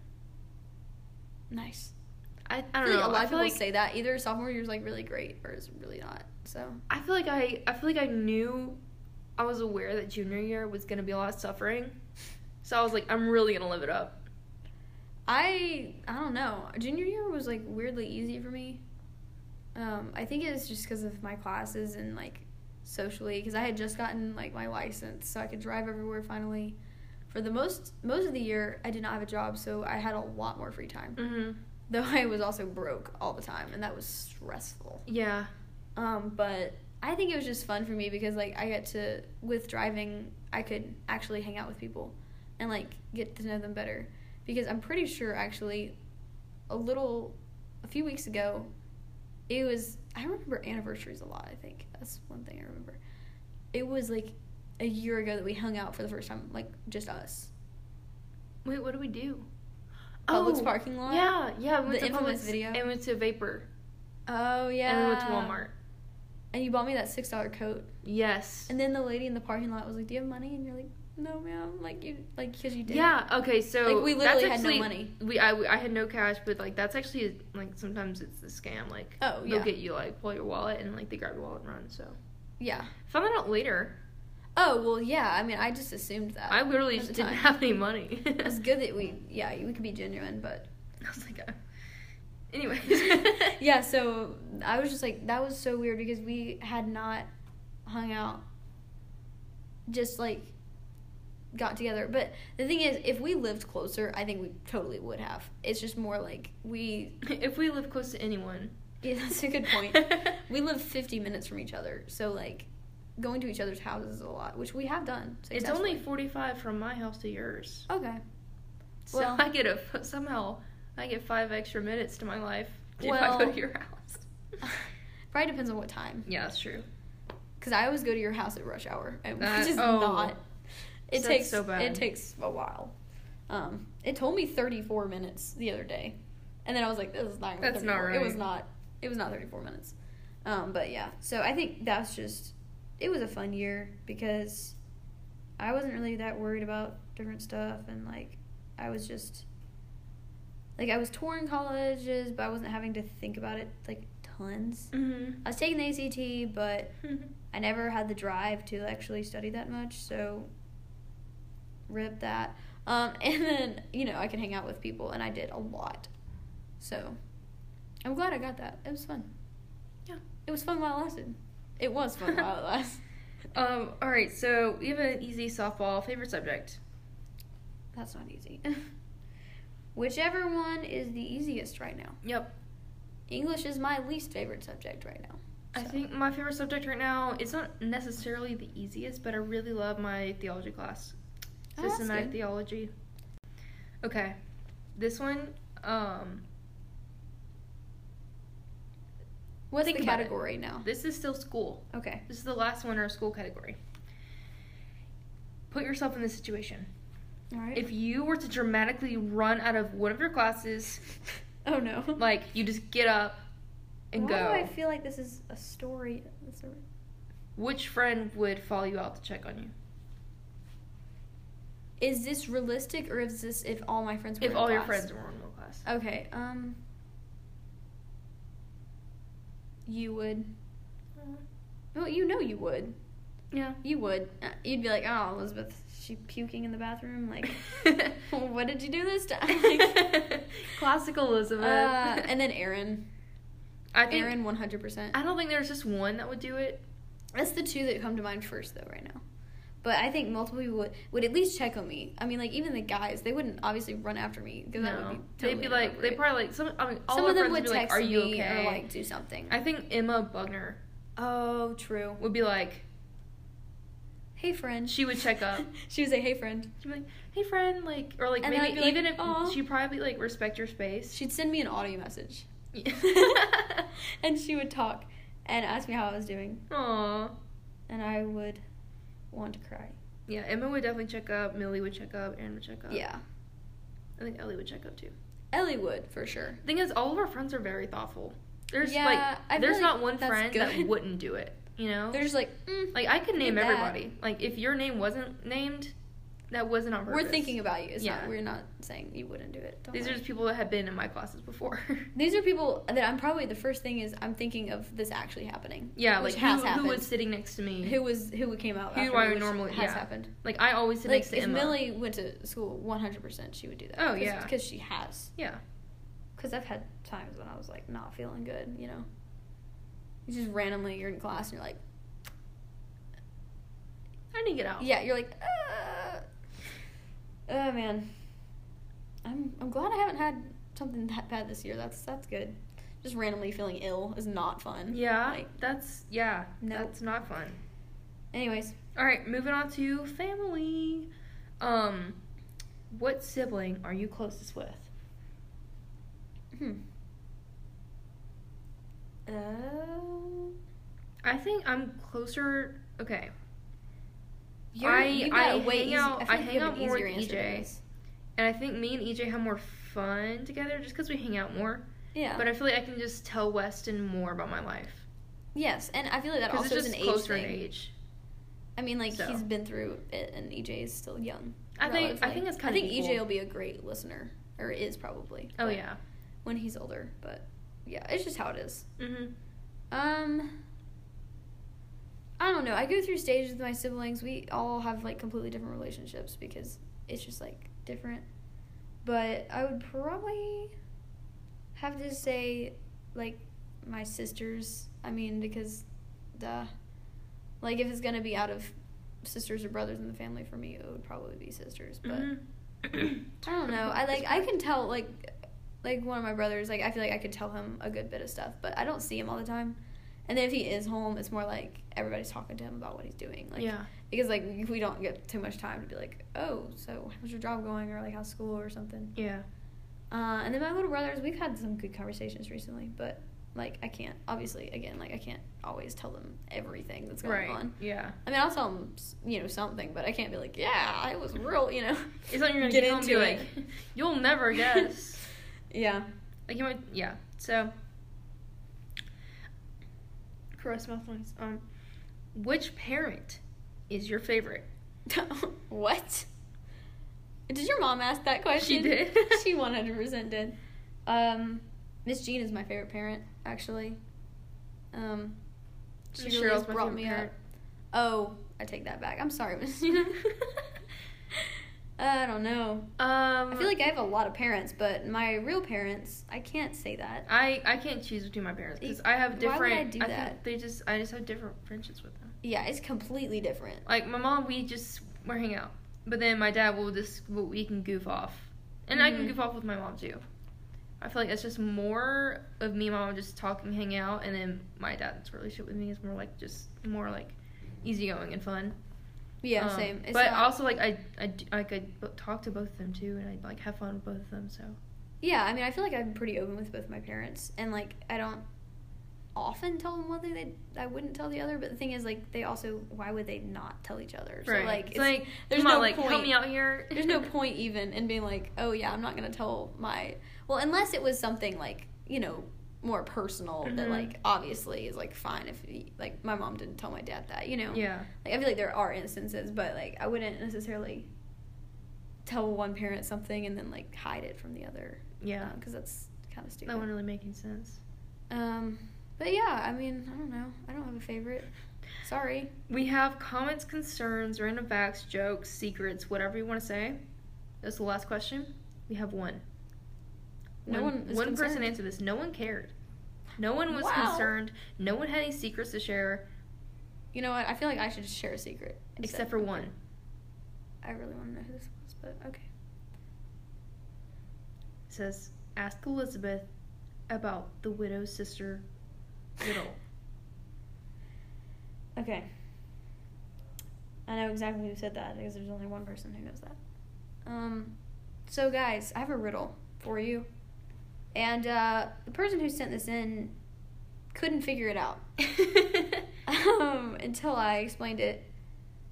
[SPEAKER 1] Nice.
[SPEAKER 2] I, I
[SPEAKER 1] I
[SPEAKER 2] don't
[SPEAKER 1] feel like
[SPEAKER 2] know.
[SPEAKER 1] a lot
[SPEAKER 2] I
[SPEAKER 1] of
[SPEAKER 2] feel
[SPEAKER 1] people
[SPEAKER 2] like
[SPEAKER 1] say that either sophomore year's like really great or it's really not. So
[SPEAKER 2] I feel like I I feel like I knew I was aware that junior year was gonna be a lot of suffering, so I was like, I'm really gonna live it up.
[SPEAKER 1] I I don't know. Junior year was like weirdly easy for me. Um, I think it was just because of my classes and like socially, because I had just gotten like my license, so I could drive everywhere finally. For the most most of the year, I did not have a job, so I had a lot more free time.
[SPEAKER 2] Mm-hmm.
[SPEAKER 1] Though I was also broke all the time, and that was stressful.
[SPEAKER 2] Yeah.
[SPEAKER 1] Um, but I think it was just fun for me because like I got to with driving, I could actually hang out with people and like get to know them better because I'm pretty sure actually a little a few weeks ago it was I remember anniversaries a lot, I think. That's one thing I remember. It was like a year ago that we hung out for the first time, like just us.
[SPEAKER 2] Wait, what do we do? Oh,
[SPEAKER 1] Publix parking lot?
[SPEAKER 2] Yeah, yeah. We went
[SPEAKER 1] The
[SPEAKER 2] to
[SPEAKER 1] infamous
[SPEAKER 2] Publix
[SPEAKER 1] video?
[SPEAKER 2] And went to Vapor.
[SPEAKER 1] Oh yeah.
[SPEAKER 2] And we went to Walmart.
[SPEAKER 1] And you bought me that six dollar coat.
[SPEAKER 2] Yes.
[SPEAKER 1] And then the lady in the parking lot was like, "Do you have money?" And you're like, "No, ma'am." Like you, like because you did.
[SPEAKER 2] Yeah. Okay. So
[SPEAKER 1] Like, we
[SPEAKER 2] that's
[SPEAKER 1] literally had no
[SPEAKER 2] actually-
[SPEAKER 1] money.
[SPEAKER 2] We I, we I had no cash, but like that's actually like sometimes it's a scam. Like
[SPEAKER 1] Oh,
[SPEAKER 2] they'll
[SPEAKER 1] yeah.
[SPEAKER 2] get you like pull your wallet and like they grab your wallet and run. So
[SPEAKER 1] Yeah.
[SPEAKER 2] found that out later.
[SPEAKER 1] Oh well, yeah. I mean, I just assumed that.
[SPEAKER 2] I literally
[SPEAKER 1] at
[SPEAKER 2] just
[SPEAKER 1] the
[SPEAKER 2] didn't
[SPEAKER 1] time.
[SPEAKER 2] have any money.
[SPEAKER 1] It was good that we, yeah, we could be genuine, but
[SPEAKER 2] I was like, uh, anyways.
[SPEAKER 1] yeah. So I was just like, that was so weird because we had not hung out, just like got together. But the thing is, if we lived closer, I think we totally would have. It's just more like we.
[SPEAKER 2] if we live close to anyone.
[SPEAKER 1] Yeah, that's a good point. we live 50 minutes from each other so like going to each other's houses a lot which we have done
[SPEAKER 2] It's only
[SPEAKER 1] successfully.
[SPEAKER 2] 45 from my house to yours.
[SPEAKER 1] okay
[SPEAKER 2] So
[SPEAKER 1] Well-
[SPEAKER 2] I get a somehow I get five extra minutes to my life if I go
[SPEAKER 1] Well-
[SPEAKER 2] to your house.
[SPEAKER 1] probably depends on what time
[SPEAKER 2] yeah, that's true.
[SPEAKER 1] because i always go to your house at rush hour and
[SPEAKER 2] That-
[SPEAKER 1] which is
[SPEAKER 2] oh.
[SPEAKER 1] not it
[SPEAKER 2] That's
[SPEAKER 1] takes
[SPEAKER 2] so bad.
[SPEAKER 1] it takes a while um it told me 34 minutes the other day and then i was like this is not gonna be
[SPEAKER 2] That's not
[SPEAKER 1] 34. it was
[SPEAKER 2] right.
[SPEAKER 1] not it was not 34 minutes um but yeah so i think that's just it was a fun year because I wasn't really that worried about different stuff and like I was just like I was touring colleges but I wasn't having to think about it like tons.
[SPEAKER 2] Mm-hmm.
[SPEAKER 1] I was taking the ACT but I never had the drive to actually study that much, so rip that. Um, and then, you know, I could hang out with people and I did a lot. So I'm glad I got that. It was fun.
[SPEAKER 2] Yeah.
[SPEAKER 1] It was fun while it lasted. It was fun while it lasted. Uh,
[SPEAKER 2] Um, all right, so we have an easy softball favorite subject.
[SPEAKER 1] That's not easy. Whichever one is the easiest right now.
[SPEAKER 2] Yep.
[SPEAKER 1] English is my least favorite subject right now.
[SPEAKER 2] I
[SPEAKER 1] So,
[SPEAKER 2] think my favorite subject right now, it's not necessarily the easiest, but I really love my theology class.
[SPEAKER 1] Oh, that's
[SPEAKER 2] Systematic
[SPEAKER 1] good.
[SPEAKER 2] theology. Okay. This one, um,
[SPEAKER 1] What's
[SPEAKER 2] think
[SPEAKER 1] the
[SPEAKER 2] about it.
[SPEAKER 1] category now?
[SPEAKER 2] this is still school.
[SPEAKER 1] Okay.
[SPEAKER 2] This is the last one in our school category. Put yourself in this situation.
[SPEAKER 1] All right.
[SPEAKER 2] If you were to dramatically run out of one of your classes,
[SPEAKER 1] oh no.
[SPEAKER 2] like you just get up and
[SPEAKER 1] Why
[SPEAKER 2] go,
[SPEAKER 1] do I feel like this is a story? It's a-
[SPEAKER 2] which friend would follow you out to check on you?
[SPEAKER 1] Is this realistic or is this if all my friends were
[SPEAKER 2] If
[SPEAKER 1] in
[SPEAKER 2] all your
[SPEAKER 1] class?
[SPEAKER 2] friends were in one class.
[SPEAKER 1] Okay. Um. You would. Well, you know you would.
[SPEAKER 2] Mm-hmm. Yeah.
[SPEAKER 1] You would. Uh, You'd be like, oh, Elizabeth, she puking in the bathroom. Like, uh, what did you do this time? Like,
[SPEAKER 2] Classical Elizabeth.
[SPEAKER 1] Uh, and then Aaron.
[SPEAKER 2] I think
[SPEAKER 1] Aaron, 100%.
[SPEAKER 2] I don't think there's just one that would do it.
[SPEAKER 1] That's the two that come to mind first, though, right now. But I think multiple people would, would at least check on me. I mean, like, even the guys, they wouldn't obviously run after me. because that would
[SPEAKER 2] No,
[SPEAKER 1] be totally
[SPEAKER 2] they'd be like, they
[SPEAKER 1] inappropriate.
[SPEAKER 2] probably like some. I mean, all
[SPEAKER 1] Some
[SPEAKER 2] our
[SPEAKER 1] of them
[SPEAKER 2] friends
[SPEAKER 1] would
[SPEAKER 2] be
[SPEAKER 1] text
[SPEAKER 2] like, "Are you
[SPEAKER 1] me
[SPEAKER 2] okay?"
[SPEAKER 1] or, like, do something.
[SPEAKER 2] I think Emma Bugner
[SPEAKER 1] oh, true.
[SPEAKER 2] would be like,
[SPEAKER 1] Hey, friend.
[SPEAKER 2] She would check up.
[SPEAKER 1] she would say, hey, friend.
[SPEAKER 2] she'd be like, "Hey friend," like, or like
[SPEAKER 1] And then I'd
[SPEAKER 2] maybe
[SPEAKER 1] be like,
[SPEAKER 2] even if
[SPEAKER 1] "Aw."
[SPEAKER 2] she probably like respect your space.
[SPEAKER 1] She'd send me an audio message.
[SPEAKER 2] Yeah.
[SPEAKER 1] and she would talk and ask me how I was doing.
[SPEAKER 2] Aw.
[SPEAKER 1] And I would want to cry.
[SPEAKER 2] Yeah, Emma would definitely check up. Millie would check up. Aaron would check up.
[SPEAKER 1] Yeah.
[SPEAKER 2] I think Ellie would check up too.
[SPEAKER 1] Ellie would, for sure.
[SPEAKER 2] The thing is, all of our friends are very thoughtful. There's
[SPEAKER 1] Yeah, I
[SPEAKER 2] like,
[SPEAKER 1] feel like
[SPEAKER 2] there's not one
[SPEAKER 1] that's
[SPEAKER 2] friend that
[SPEAKER 1] good.
[SPEAKER 2] wouldn't do it. You know,
[SPEAKER 1] They're just like, mm.
[SPEAKER 2] like I could name
[SPEAKER 1] that.
[SPEAKER 2] everybody. Like if your name wasn't named, That wasn't on purpose.
[SPEAKER 1] We're thinking about you. It's
[SPEAKER 2] Yeah.
[SPEAKER 1] not, we're not saying you wouldn't do it. Don't
[SPEAKER 2] These are
[SPEAKER 1] worry.
[SPEAKER 2] just people that have been in my classes before.
[SPEAKER 1] These are people that I'm probably the first thing is I'm thinking of this actually happening.
[SPEAKER 2] yeah,
[SPEAKER 1] which
[SPEAKER 2] like
[SPEAKER 1] has
[SPEAKER 2] who,
[SPEAKER 1] happened.
[SPEAKER 2] who was sitting next to me?
[SPEAKER 1] who was who came out?
[SPEAKER 2] Who
[SPEAKER 1] after
[SPEAKER 2] I
[SPEAKER 1] me,
[SPEAKER 2] would
[SPEAKER 1] which
[SPEAKER 2] normally-
[SPEAKER 1] has
[SPEAKER 2] yeah.
[SPEAKER 1] happened.
[SPEAKER 2] Like I always sit
[SPEAKER 1] Like
[SPEAKER 2] next
[SPEAKER 1] if
[SPEAKER 2] to Emma.
[SPEAKER 1] Millie went to school 100, percent she would do that.
[SPEAKER 2] Oh,
[SPEAKER 1] Cause,
[SPEAKER 2] yeah.
[SPEAKER 1] because she has.
[SPEAKER 2] Yeah.
[SPEAKER 1] Because I've had times when I was like not feeling good. You know, you just randomly you're in class and you're like,
[SPEAKER 2] I didn't get out.
[SPEAKER 1] yeah, you're like, uh, oh man, I'm I'm glad I haven't had something that bad this year. That's that's good. Just randomly feeling ill is not fun.
[SPEAKER 2] Yeah.
[SPEAKER 1] Like,
[SPEAKER 2] that's yeah.
[SPEAKER 1] Nope.
[SPEAKER 2] That's not fun.
[SPEAKER 1] anyways,
[SPEAKER 2] All right, moving on to family. Um, what sibling are you closest with?
[SPEAKER 1] hmm. Uh,
[SPEAKER 2] I think I'm closer. Okay,
[SPEAKER 1] You're,
[SPEAKER 2] I-
[SPEAKER 1] you got
[SPEAKER 2] I
[SPEAKER 1] a way
[SPEAKER 2] hang
[SPEAKER 1] easy-
[SPEAKER 2] out-
[SPEAKER 1] I, feel
[SPEAKER 2] I
[SPEAKER 1] like
[SPEAKER 2] hang
[SPEAKER 1] you have
[SPEAKER 2] out
[SPEAKER 1] an
[SPEAKER 2] more
[SPEAKER 1] easier
[SPEAKER 2] with E
[SPEAKER 1] answer
[SPEAKER 2] EJ.
[SPEAKER 1] than this.
[SPEAKER 2] and I think me and EJ have more fun together just because we hang out more.
[SPEAKER 1] Yeah.
[SPEAKER 2] But I feel like I can just tell Weston more about my life
[SPEAKER 1] yes, and I feel like that
[SPEAKER 2] because
[SPEAKER 1] also
[SPEAKER 2] it's
[SPEAKER 1] is
[SPEAKER 2] just
[SPEAKER 1] an age
[SPEAKER 2] closer
[SPEAKER 1] thing.
[SPEAKER 2] in age.
[SPEAKER 1] I mean, like
[SPEAKER 2] So.
[SPEAKER 1] he's been through it, and EJ is still young.
[SPEAKER 2] I think I
[SPEAKER 1] relatively.
[SPEAKER 2] think it's kind
[SPEAKER 1] I
[SPEAKER 2] of
[SPEAKER 1] think EJ will be a great listener, or is probably.
[SPEAKER 2] Oh
[SPEAKER 1] but-
[SPEAKER 2] yeah.
[SPEAKER 1] When he's older, but yeah, it's just how it is.
[SPEAKER 2] Mhm.
[SPEAKER 1] Um. I don't know. I go through stages with my siblings. We all have like completely different relationships because it's just like different. But I would probably have to say like my sisters. I mean, because duh. Like if it's gonna be out of sisters or brothers in the family for me, it would probably be sisters. But
[SPEAKER 2] Mhm.
[SPEAKER 1] I don't know. I like I can tell like like one of my brothers like I feel like I could tell him a good bit of stuff, but I don't see him all the time. And then if he is home, it's more like everybody's talking to him about what he's doing. Like
[SPEAKER 2] yeah.
[SPEAKER 1] because like we don't get too much time to be like, "Oh, so how's your job going?" or like how's school or something.
[SPEAKER 2] Yeah.
[SPEAKER 1] Uh, and then my little brothers, we've had some good conversations recently, but like I can't obviously again, like I can't always tell them everything that's going
[SPEAKER 2] Right.
[SPEAKER 1] on.
[SPEAKER 2] Yeah.
[SPEAKER 1] I mean, I'll tell them, you know, something, but I can't be like, "Yeah, it was real," you know.
[SPEAKER 2] It's not you're gonna
[SPEAKER 1] Get
[SPEAKER 2] get, home and be
[SPEAKER 1] into
[SPEAKER 2] like,
[SPEAKER 1] it.
[SPEAKER 2] you'll never guess.
[SPEAKER 1] Yeah.
[SPEAKER 2] like you might, yeah. So, caress mouth noise. Um, which parent is your favorite?
[SPEAKER 1] what? Did your mom ask that question?
[SPEAKER 2] She did.
[SPEAKER 1] she one hundred percent did. Um, Miss Jean is my favorite parent, actually. Um, she
[SPEAKER 2] Miss
[SPEAKER 1] really
[SPEAKER 2] Cheryl's
[SPEAKER 1] has
[SPEAKER 2] my
[SPEAKER 1] brought
[SPEAKER 2] favorite
[SPEAKER 1] me
[SPEAKER 2] parent.
[SPEAKER 1] up. Oh, I take that back. I'm sorry, Miss Jean. Uh, I don't know.
[SPEAKER 2] um,
[SPEAKER 1] I feel like I have a lot of parents, but my real parents, I can't say that.
[SPEAKER 2] I I can't choose between my parents because I have
[SPEAKER 1] Why
[SPEAKER 2] different.
[SPEAKER 1] would I do
[SPEAKER 2] think
[SPEAKER 1] that?
[SPEAKER 2] They just I just have different friendships with them.
[SPEAKER 1] Yeah, it's completely different.
[SPEAKER 2] Like my mom, we just we hang out, but then my dad will just well, we can goof off, and I can
[SPEAKER 1] Mhm.
[SPEAKER 2] goof off with my mom too. I feel like it's just more of me and my mom just talking, hang out, and then my dad's relationship with me is more like just more like easygoing and fun.
[SPEAKER 1] Yeah,
[SPEAKER 2] Um,
[SPEAKER 1] same. It's
[SPEAKER 2] but
[SPEAKER 1] not-
[SPEAKER 2] also like I I d- I could b- talk to both of them too, and I like have fun with both of them. So
[SPEAKER 1] Yeah, I mean, I feel like I'm pretty open with both my parents, and like I don't often tell them one thing they I wouldn't tell the other. But the thing is, like, they also why would they not tell each other? So like,
[SPEAKER 2] it's,
[SPEAKER 1] it's,
[SPEAKER 2] like
[SPEAKER 1] there's
[SPEAKER 2] come on,
[SPEAKER 1] no
[SPEAKER 2] like
[SPEAKER 1] point.
[SPEAKER 2] help me out here.
[SPEAKER 1] there's no point even in being like, oh yeah, I'm not gonna tell my well, unless it was something like you know more personal that
[SPEAKER 2] Mhm.
[SPEAKER 1] like obviously is like fine if he- like my mom didn't tell my dad that you know
[SPEAKER 2] yeah.
[SPEAKER 1] like I feel like there are instances, but like I wouldn't necessarily tell one parent something and then like hide it from the other
[SPEAKER 2] Yeah.
[SPEAKER 1] because that's kind of stupid.
[SPEAKER 2] That wouldn't really make any sense.
[SPEAKER 1] Um, but yeah, I mean, I don't know. I don't have a favorite. Sorry.
[SPEAKER 2] We have comments, concerns, random facts, jokes, secrets, whatever you want to say. That's the last question. We have one.
[SPEAKER 1] No
[SPEAKER 2] one,
[SPEAKER 1] one is
[SPEAKER 2] one person
[SPEAKER 1] concerned.
[SPEAKER 2] answered this. No one cared. No one was
[SPEAKER 1] Wow.
[SPEAKER 2] concerned. No one had any secrets to share
[SPEAKER 1] You know what? I feel like I should just share a secret.
[SPEAKER 2] except for one.
[SPEAKER 1] I really want to know who this was, but okay.
[SPEAKER 2] It says, Ask Elizabeth about the widow's sister, Little.
[SPEAKER 1] Okay. I know exactly who said that because there's only one person who knows that. Um, so guys, I have a riddle for you, and uh, the person who sent this in couldn't figure it out um, until I explained it.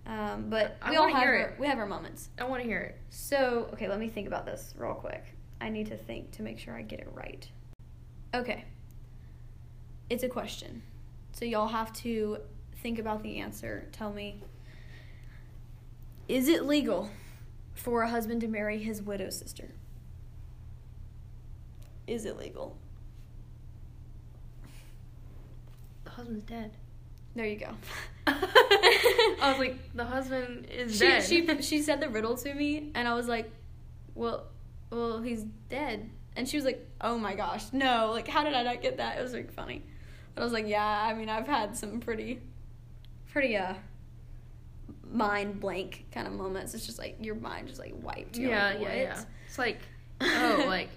[SPEAKER 1] Um, but
[SPEAKER 2] I
[SPEAKER 1] we all
[SPEAKER 2] wanna
[SPEAKER 1] have
[SPEAKER 2] hear
[SPEAKER 1] our,
[SPEAKER 2] it.
[SPEAKER 1] we have our moments.
[SPEAKER 2] I want to hear it.
[SPEAKER 1] So, okay, let me think about this real quick. I need to think to make sure I get it right. Okay. It's a question. So, y'all have to think about the answer. Tell me Is it legal for a husband to marry his widow sister is illegal.
[SPEAKER 2] The husband's dead.
[SPEAKER 1] There you go.
[SPEAKER 2] I was like, the husband is
[SPEAKER 1] she,
[SPEAKER 2] dead.
[SPEAKER 1] she she said the riddle to me, and I was like, well, well, he's dead. And she was like, oh my gosh, no! Like, how did I not get that? It was like funny. But I was like, yeah, I mean, I've had some pretty, pretty uh, mind blank kind of moments. It's just like your mind just like wiped. You're
[SPEAKER 2] yeah,
[SPEAKER 1] like,
[SPEAKER 2] yeah,
[SPEAKER 1] what?
[SPEAKER 2] yeah. It's like, oh, like,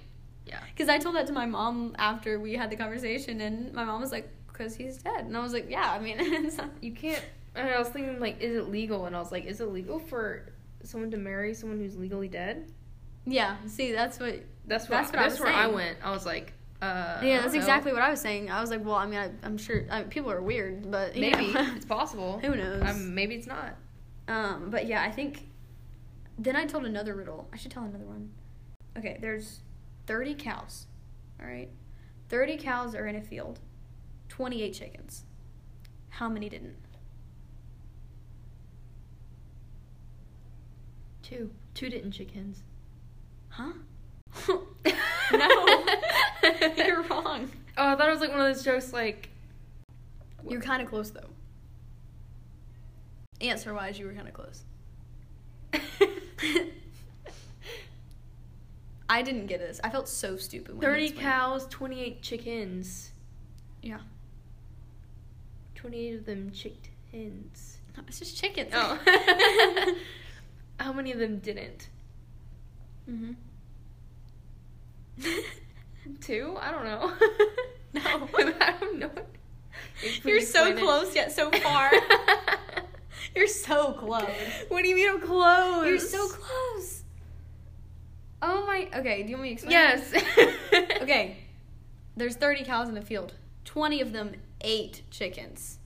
[SPEAKER 2] yeah.
[SPEAKER 1] Because I told that to my mom after we had the conversation, and my mom was like, "Cause he's dead," and I was like, "Yeah, I mean, it's not,
[SPEAKER 2] You can't. And I was thinking, like, is it legal? And I was like, is it legal for someone to marry someone who's legally dead?
[SPEAKER 1] yeah." See, that's what.
[SPEAKER 2] That's what.
[SPEAKER 1] That's what I
[SPEAKER 2] that's
[SPEAKER 1] was
[SPEAKER 2] where I
[SPEAKER 1] saying.
[SPEAKER 2] went. I was like, uh, I
[SPEAKER 1] yeah, that's
[SPEAKER 2] don't know.
[SPEAKER 1] exactly what I was saying. I was like, "Well, I mean, I, I'm sure I, people are weird, but you
[SPEAKER 2] Maybe
[SPEAKER 1] know.
[SPEAKER 2] it's possible.
[SPEAKER 1] Who knows?
[SPEAKER 2] Um, maybe it's not.
[SPEAKER 1] Um, but yeah, I think. Then I told another riddle. I should tell another one. Okay, there's 30 cows. All right, 30 cows are in a field. 28 chickens. How many didn't?
[SPEAKER 2] Two. Two didn't chickens.
[SPEAKER 1] Huh?
[SPEAKER 2] No.
[SPEAKER 1] you're wrong.
[SPEAKER 2] Oh, I thought it was like one of those jokes, like
[SPEAKER 1] You're kind of close though. Answer wise, you were kind of close. I didn't get this. I felt so stupid. When he
[SPEAKER 2] thirty
[SPEAKER 1] explained it.
[SPEAKER 2] cows, twenty-eight chickens,
[SPEAKER 1] Yeah.
[SPEAKER 2] twenty-eight of them chicked hens.
[SPEAKER 1] No, It's just chickens.
[SPEAKER 2] Oh. How many of them didn't?
[SPEAKER 1] hmm
[SPEAKER 2] Two? I don't know.
[SPEAKER 1] No.
[SPEAKER 2] I don't know. Please
[SPEAKER 1] You're so
[SPEAKER 2] explain it.
[SPEAKER 1] close yet so far. You're so close.
[SPEAKER 2] what do you mean I'm close?
[SPEAKER 1] You're so close. Oh my. Okay, do you want me to explain?
[SPEAKER 2] Yes.
[SPEAKER 1] Okay. There's 30 cows in the field. 20 of them ate chickens.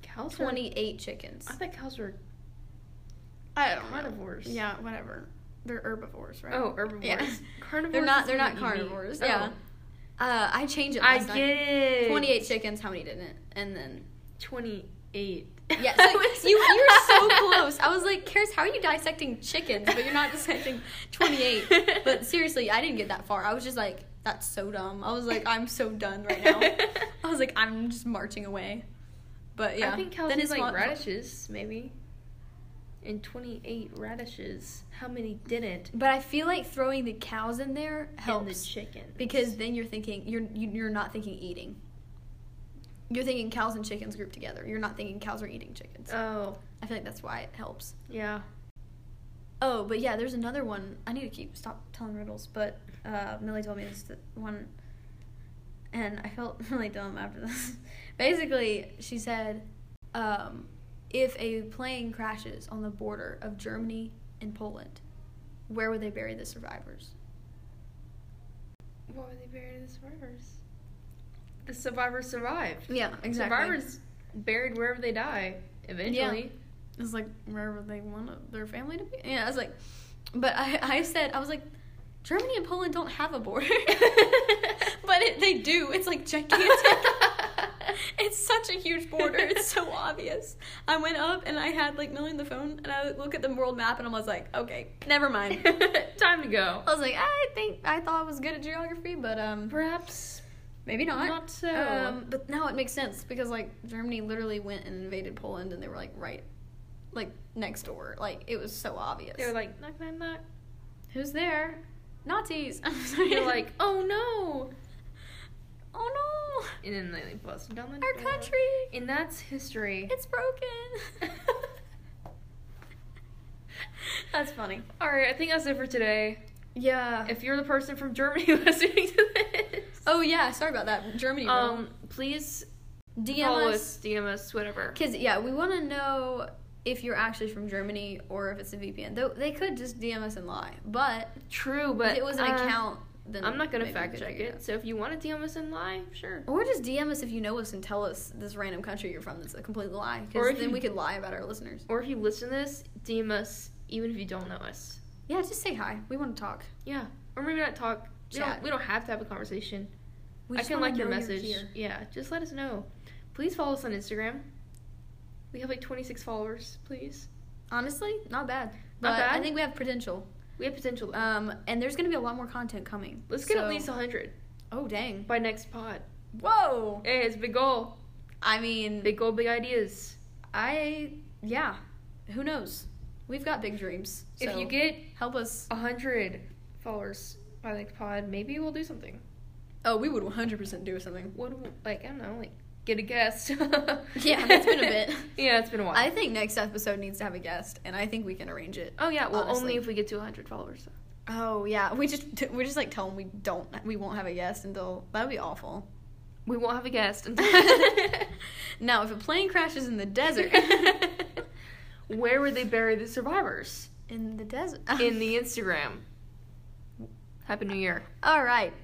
[SPEAKER 2] Cows. are-
[SPEAKER 1] 28 chickens.
[SPEAKER 2] I thought cows were
[SPEAKER 1] I
[SPEAKER 2] carnivores.
[SPEAKER 1] Yeah, whatever. They're herbivores, right?
[SPEAKER 2] Oh, herbivores.
[SPEAKER 1] Yeah.
[SPEAKER 2] Carnivores.
[SPEAKER 1] They're not.
[SPEAKER 2] is
[SPEAKER 1] They're not
[SPEAKER 2] something that you eat.
[SPEAKER 1] carnivores.
[SPEAKER 2] Oh.
[SPEAKER 1] Yeah. Uh, I changed it.
[SPEAKER 2] I
[SPEAKER 1] Last
[SPEAKER 2] get
[SPEAKER 1] night.
[SPEAKER 2] it.
[SPEAKER 1] Twenty-eight chickens. How many didn't? And then
[SPEAKER 2] Twenty-eight.
[SPEAKER 1] yeah, so you you're so close. I was like, Karis, how are you dissecting chickens? But you're not dissecting twenty-eight. But seriously, I didn't get that far. I was just like, that's so dumb. I was like, I'm so done right now. I was like, I'm just marching away. But yeah,
[SPEAKER 2] I think cows
[SPEAKER 1] Then
[SPEAKER 2] eat
[SPEAKER 1] it's
[SPEAKER 2] like
[SPEAKER 1] not-
[SPEAKER 2] radishes, maybe. And twenty-eight radishes. How many didn't?
[SPEAKER 1] But I feel like throwing the cows in there helps.
[SPEAKER 2] And the chicken.
[SPEAKER 1] because then you're thinking you're you- you're not thinking eating. You're thinking cows and chickens grouped together. You're not thinking cows are eating chickens.
[SPEAKER 2] Oh
[SPEAKER 1] I feel like that's why it helps.
[SPEAKER 2] yeah.
[SPEAKER 1] Oh, but yeah, there's another one. I need to keep stop telling riddles, but uh, Millie told me this th- one, and I felt really dumb after this. Basically, she said, um, if a plane crashes on the border of Germany and Poland, where would they bury the survivors?
[SPEAKER 2] Why would they bury the survivors? The survivors survived.
[SPEAKER 1] Yeah, exactly.
[SPEAKER 2] Survivors buried wherever they die. Eventually.
[SPEAKER 1] It's like wherever they want their family to be. Yeah, I was like, but I, I said, I was like, Germany and Poland don't have a border. but it, they do. It's like gigantic. it's such a huge border. It's so obvious. I went up and I had like Millie on the phone and I look at the world map and I was like, okay, never mind.
[SPEAKER 2] Time to go.
[SPEAKER 1] I was like, I think I thought I was good at geography, but um,
[SPEAKER 2] Perhaps
[SPEAKER 1] maybe not.
[SPEAKER 2] not so.
[SPEAKER 1] Um, but now it makes sense because like Germany literally went and invaded Poland and they were like right, like next door. Like it was so obvious.
[SPEAKER 2] they were like, knock, knock, knock.
[SPEAKER 1] Who's there? Nazis. I'm sorry.
[SPEAKER 2] You're like, oh no.
[SPEAKER 1] oh
[SPEAKER 2] And then they like, busted down the
[SPEAKER 1] no, our
[SPEAKER 2] door.
[SPEAKER 1] country,
[SPEAKER 2] And that's history.
[SPEAKER 1] it's broken. That's funny.
[SPEAKER 2] All right, I think that's it for today.
[SPEAKER 1] Yeah.
[SPEAKER 2] If you're the person from Germany listening to this,
[SPEAKER 1] Uh. oh yeah. Sorry about that. Germany. bro.
[SPEAKER 2] um, please
[SPEAKER 1] DM
[SPEAKER 2] follow
[SPEAKER 1] us.
[SPEAKER 2] us, DM us, whatever.
[SPEAKER 1] Cause yeah, we want to know if you're actually from Germany or if it's a VPN. Though they could just DM us and lie, but
[SPEAKER 2] True,
[SPEAKER 1] But
[SPEAKER 2] but
[SPEAKER 1] if it was an
[SPEAKER 2] uh,
[SPEAKER 1] account, then
[SPEAKER 2] I'm not gonna
[SPEAKER 1] maybe we
[SPEAKER 2] fact
[SPEAKER 1] could
[SPEAKER 2] check
[SPEAKER 1] figure
[SPEAKER 2] it. So if you want to DM us and lie, sure.
[SPEAKER 1] out. Or just DM us if you know us and tell us this random country you're from that's a complete lie.
[SPEAKER 2] Or
[SPEAKER 1] Because
[SPEAKER 2] if
[SPEAKER 1] then
[SPEAKER 2] you-
[SPEAKER 1] we could lie about our listeners.
[SPEAKER 2] Or if you listen to this, DM us even if you don't know us.
[SPEAKER 1] Yeah, just say hi. We want to talk.
[SPEAKER 2] Yeah, or maybe not talk. We don't,
[SPEAKER 1] Chat.
[SPEAKER 2] we don't have to have a conversation.
[SPEAKER 1] We
[SPEAKER 2] I
[SPEAKER 1] just
[SPEAKER 2] can
[SPEAKER 1] wanna
[SPEAKER 2] like your
[SPEAKER 1] know you're
[SPEAKER 2] message.
[SPEAKER 1] here.
[SPEAKER 2] Yeah, just let us know. Please follow us on Instagram. We have like 26 followers, please.
[SPEAKER 1] Honestly, not bad. But
[SPEAKER 2] Not
[SPEAKER 1] I
[SPEAKER 2] bad?
[SPEAKER 1] think we have potential.
[SPEAKER 2] We have potential. though.
[SPEAKER 1] Um, and there's gonna be a lot more content coming.
[SPEAKER 2] Let's get
[SPEAKER 1] So-
[SPEAKER 2] at least 100
[SPEAKER 1] Oh dang!
[SPEAKER 2] by next pod.
[SPEAKER 1] Whoa!
[SPEAKER 2] Hey, it's a big goal.
[SPEAKER 1] I mean,
[SPEAKER 2] Big goal, big ideas.
[SPEAKER 1] I yeah. Who knows? We've got big dreams.
[SPEAKER 2] If
[SPEAKER 1] so
[SPEAKER 2] you get
[SPEAKER 1] help us,
[SPEAKER 2] 100 followers by next pod, maybe we'll do something.
[SPEAKER 1] oh, we would 100% do something.
[SPEAKER 2] What, do- like, I don't know, like, get a guest.
[SPEAKER 1] Yeah, it's been a bit.
[SPEAKER 2] yeah, it's been a while.
[SPEAKER 1] I think next episode needs to have a guest, and I think we can arrange it.
[SPEAKER 2] oh, yeah, well,
[SPEAKER 1] honestly.
[SPEAKER 2] only if we get to 100 followers.
[SPEAKER 1] Oh yeah, we just we just like tell them we don't we won't have a guest until that would be awful.
[SPEAKER 2] We won't have a guest until.
[SPEAKER 1] now if a plane crashes in the desert,
[SPEAKER 2] Where would they bury the survivors?
[SPEAKER 1] in the desert,
[SPEAKER 2] In the Instagram. Happy New Year.
[SPEAKER 1] all right.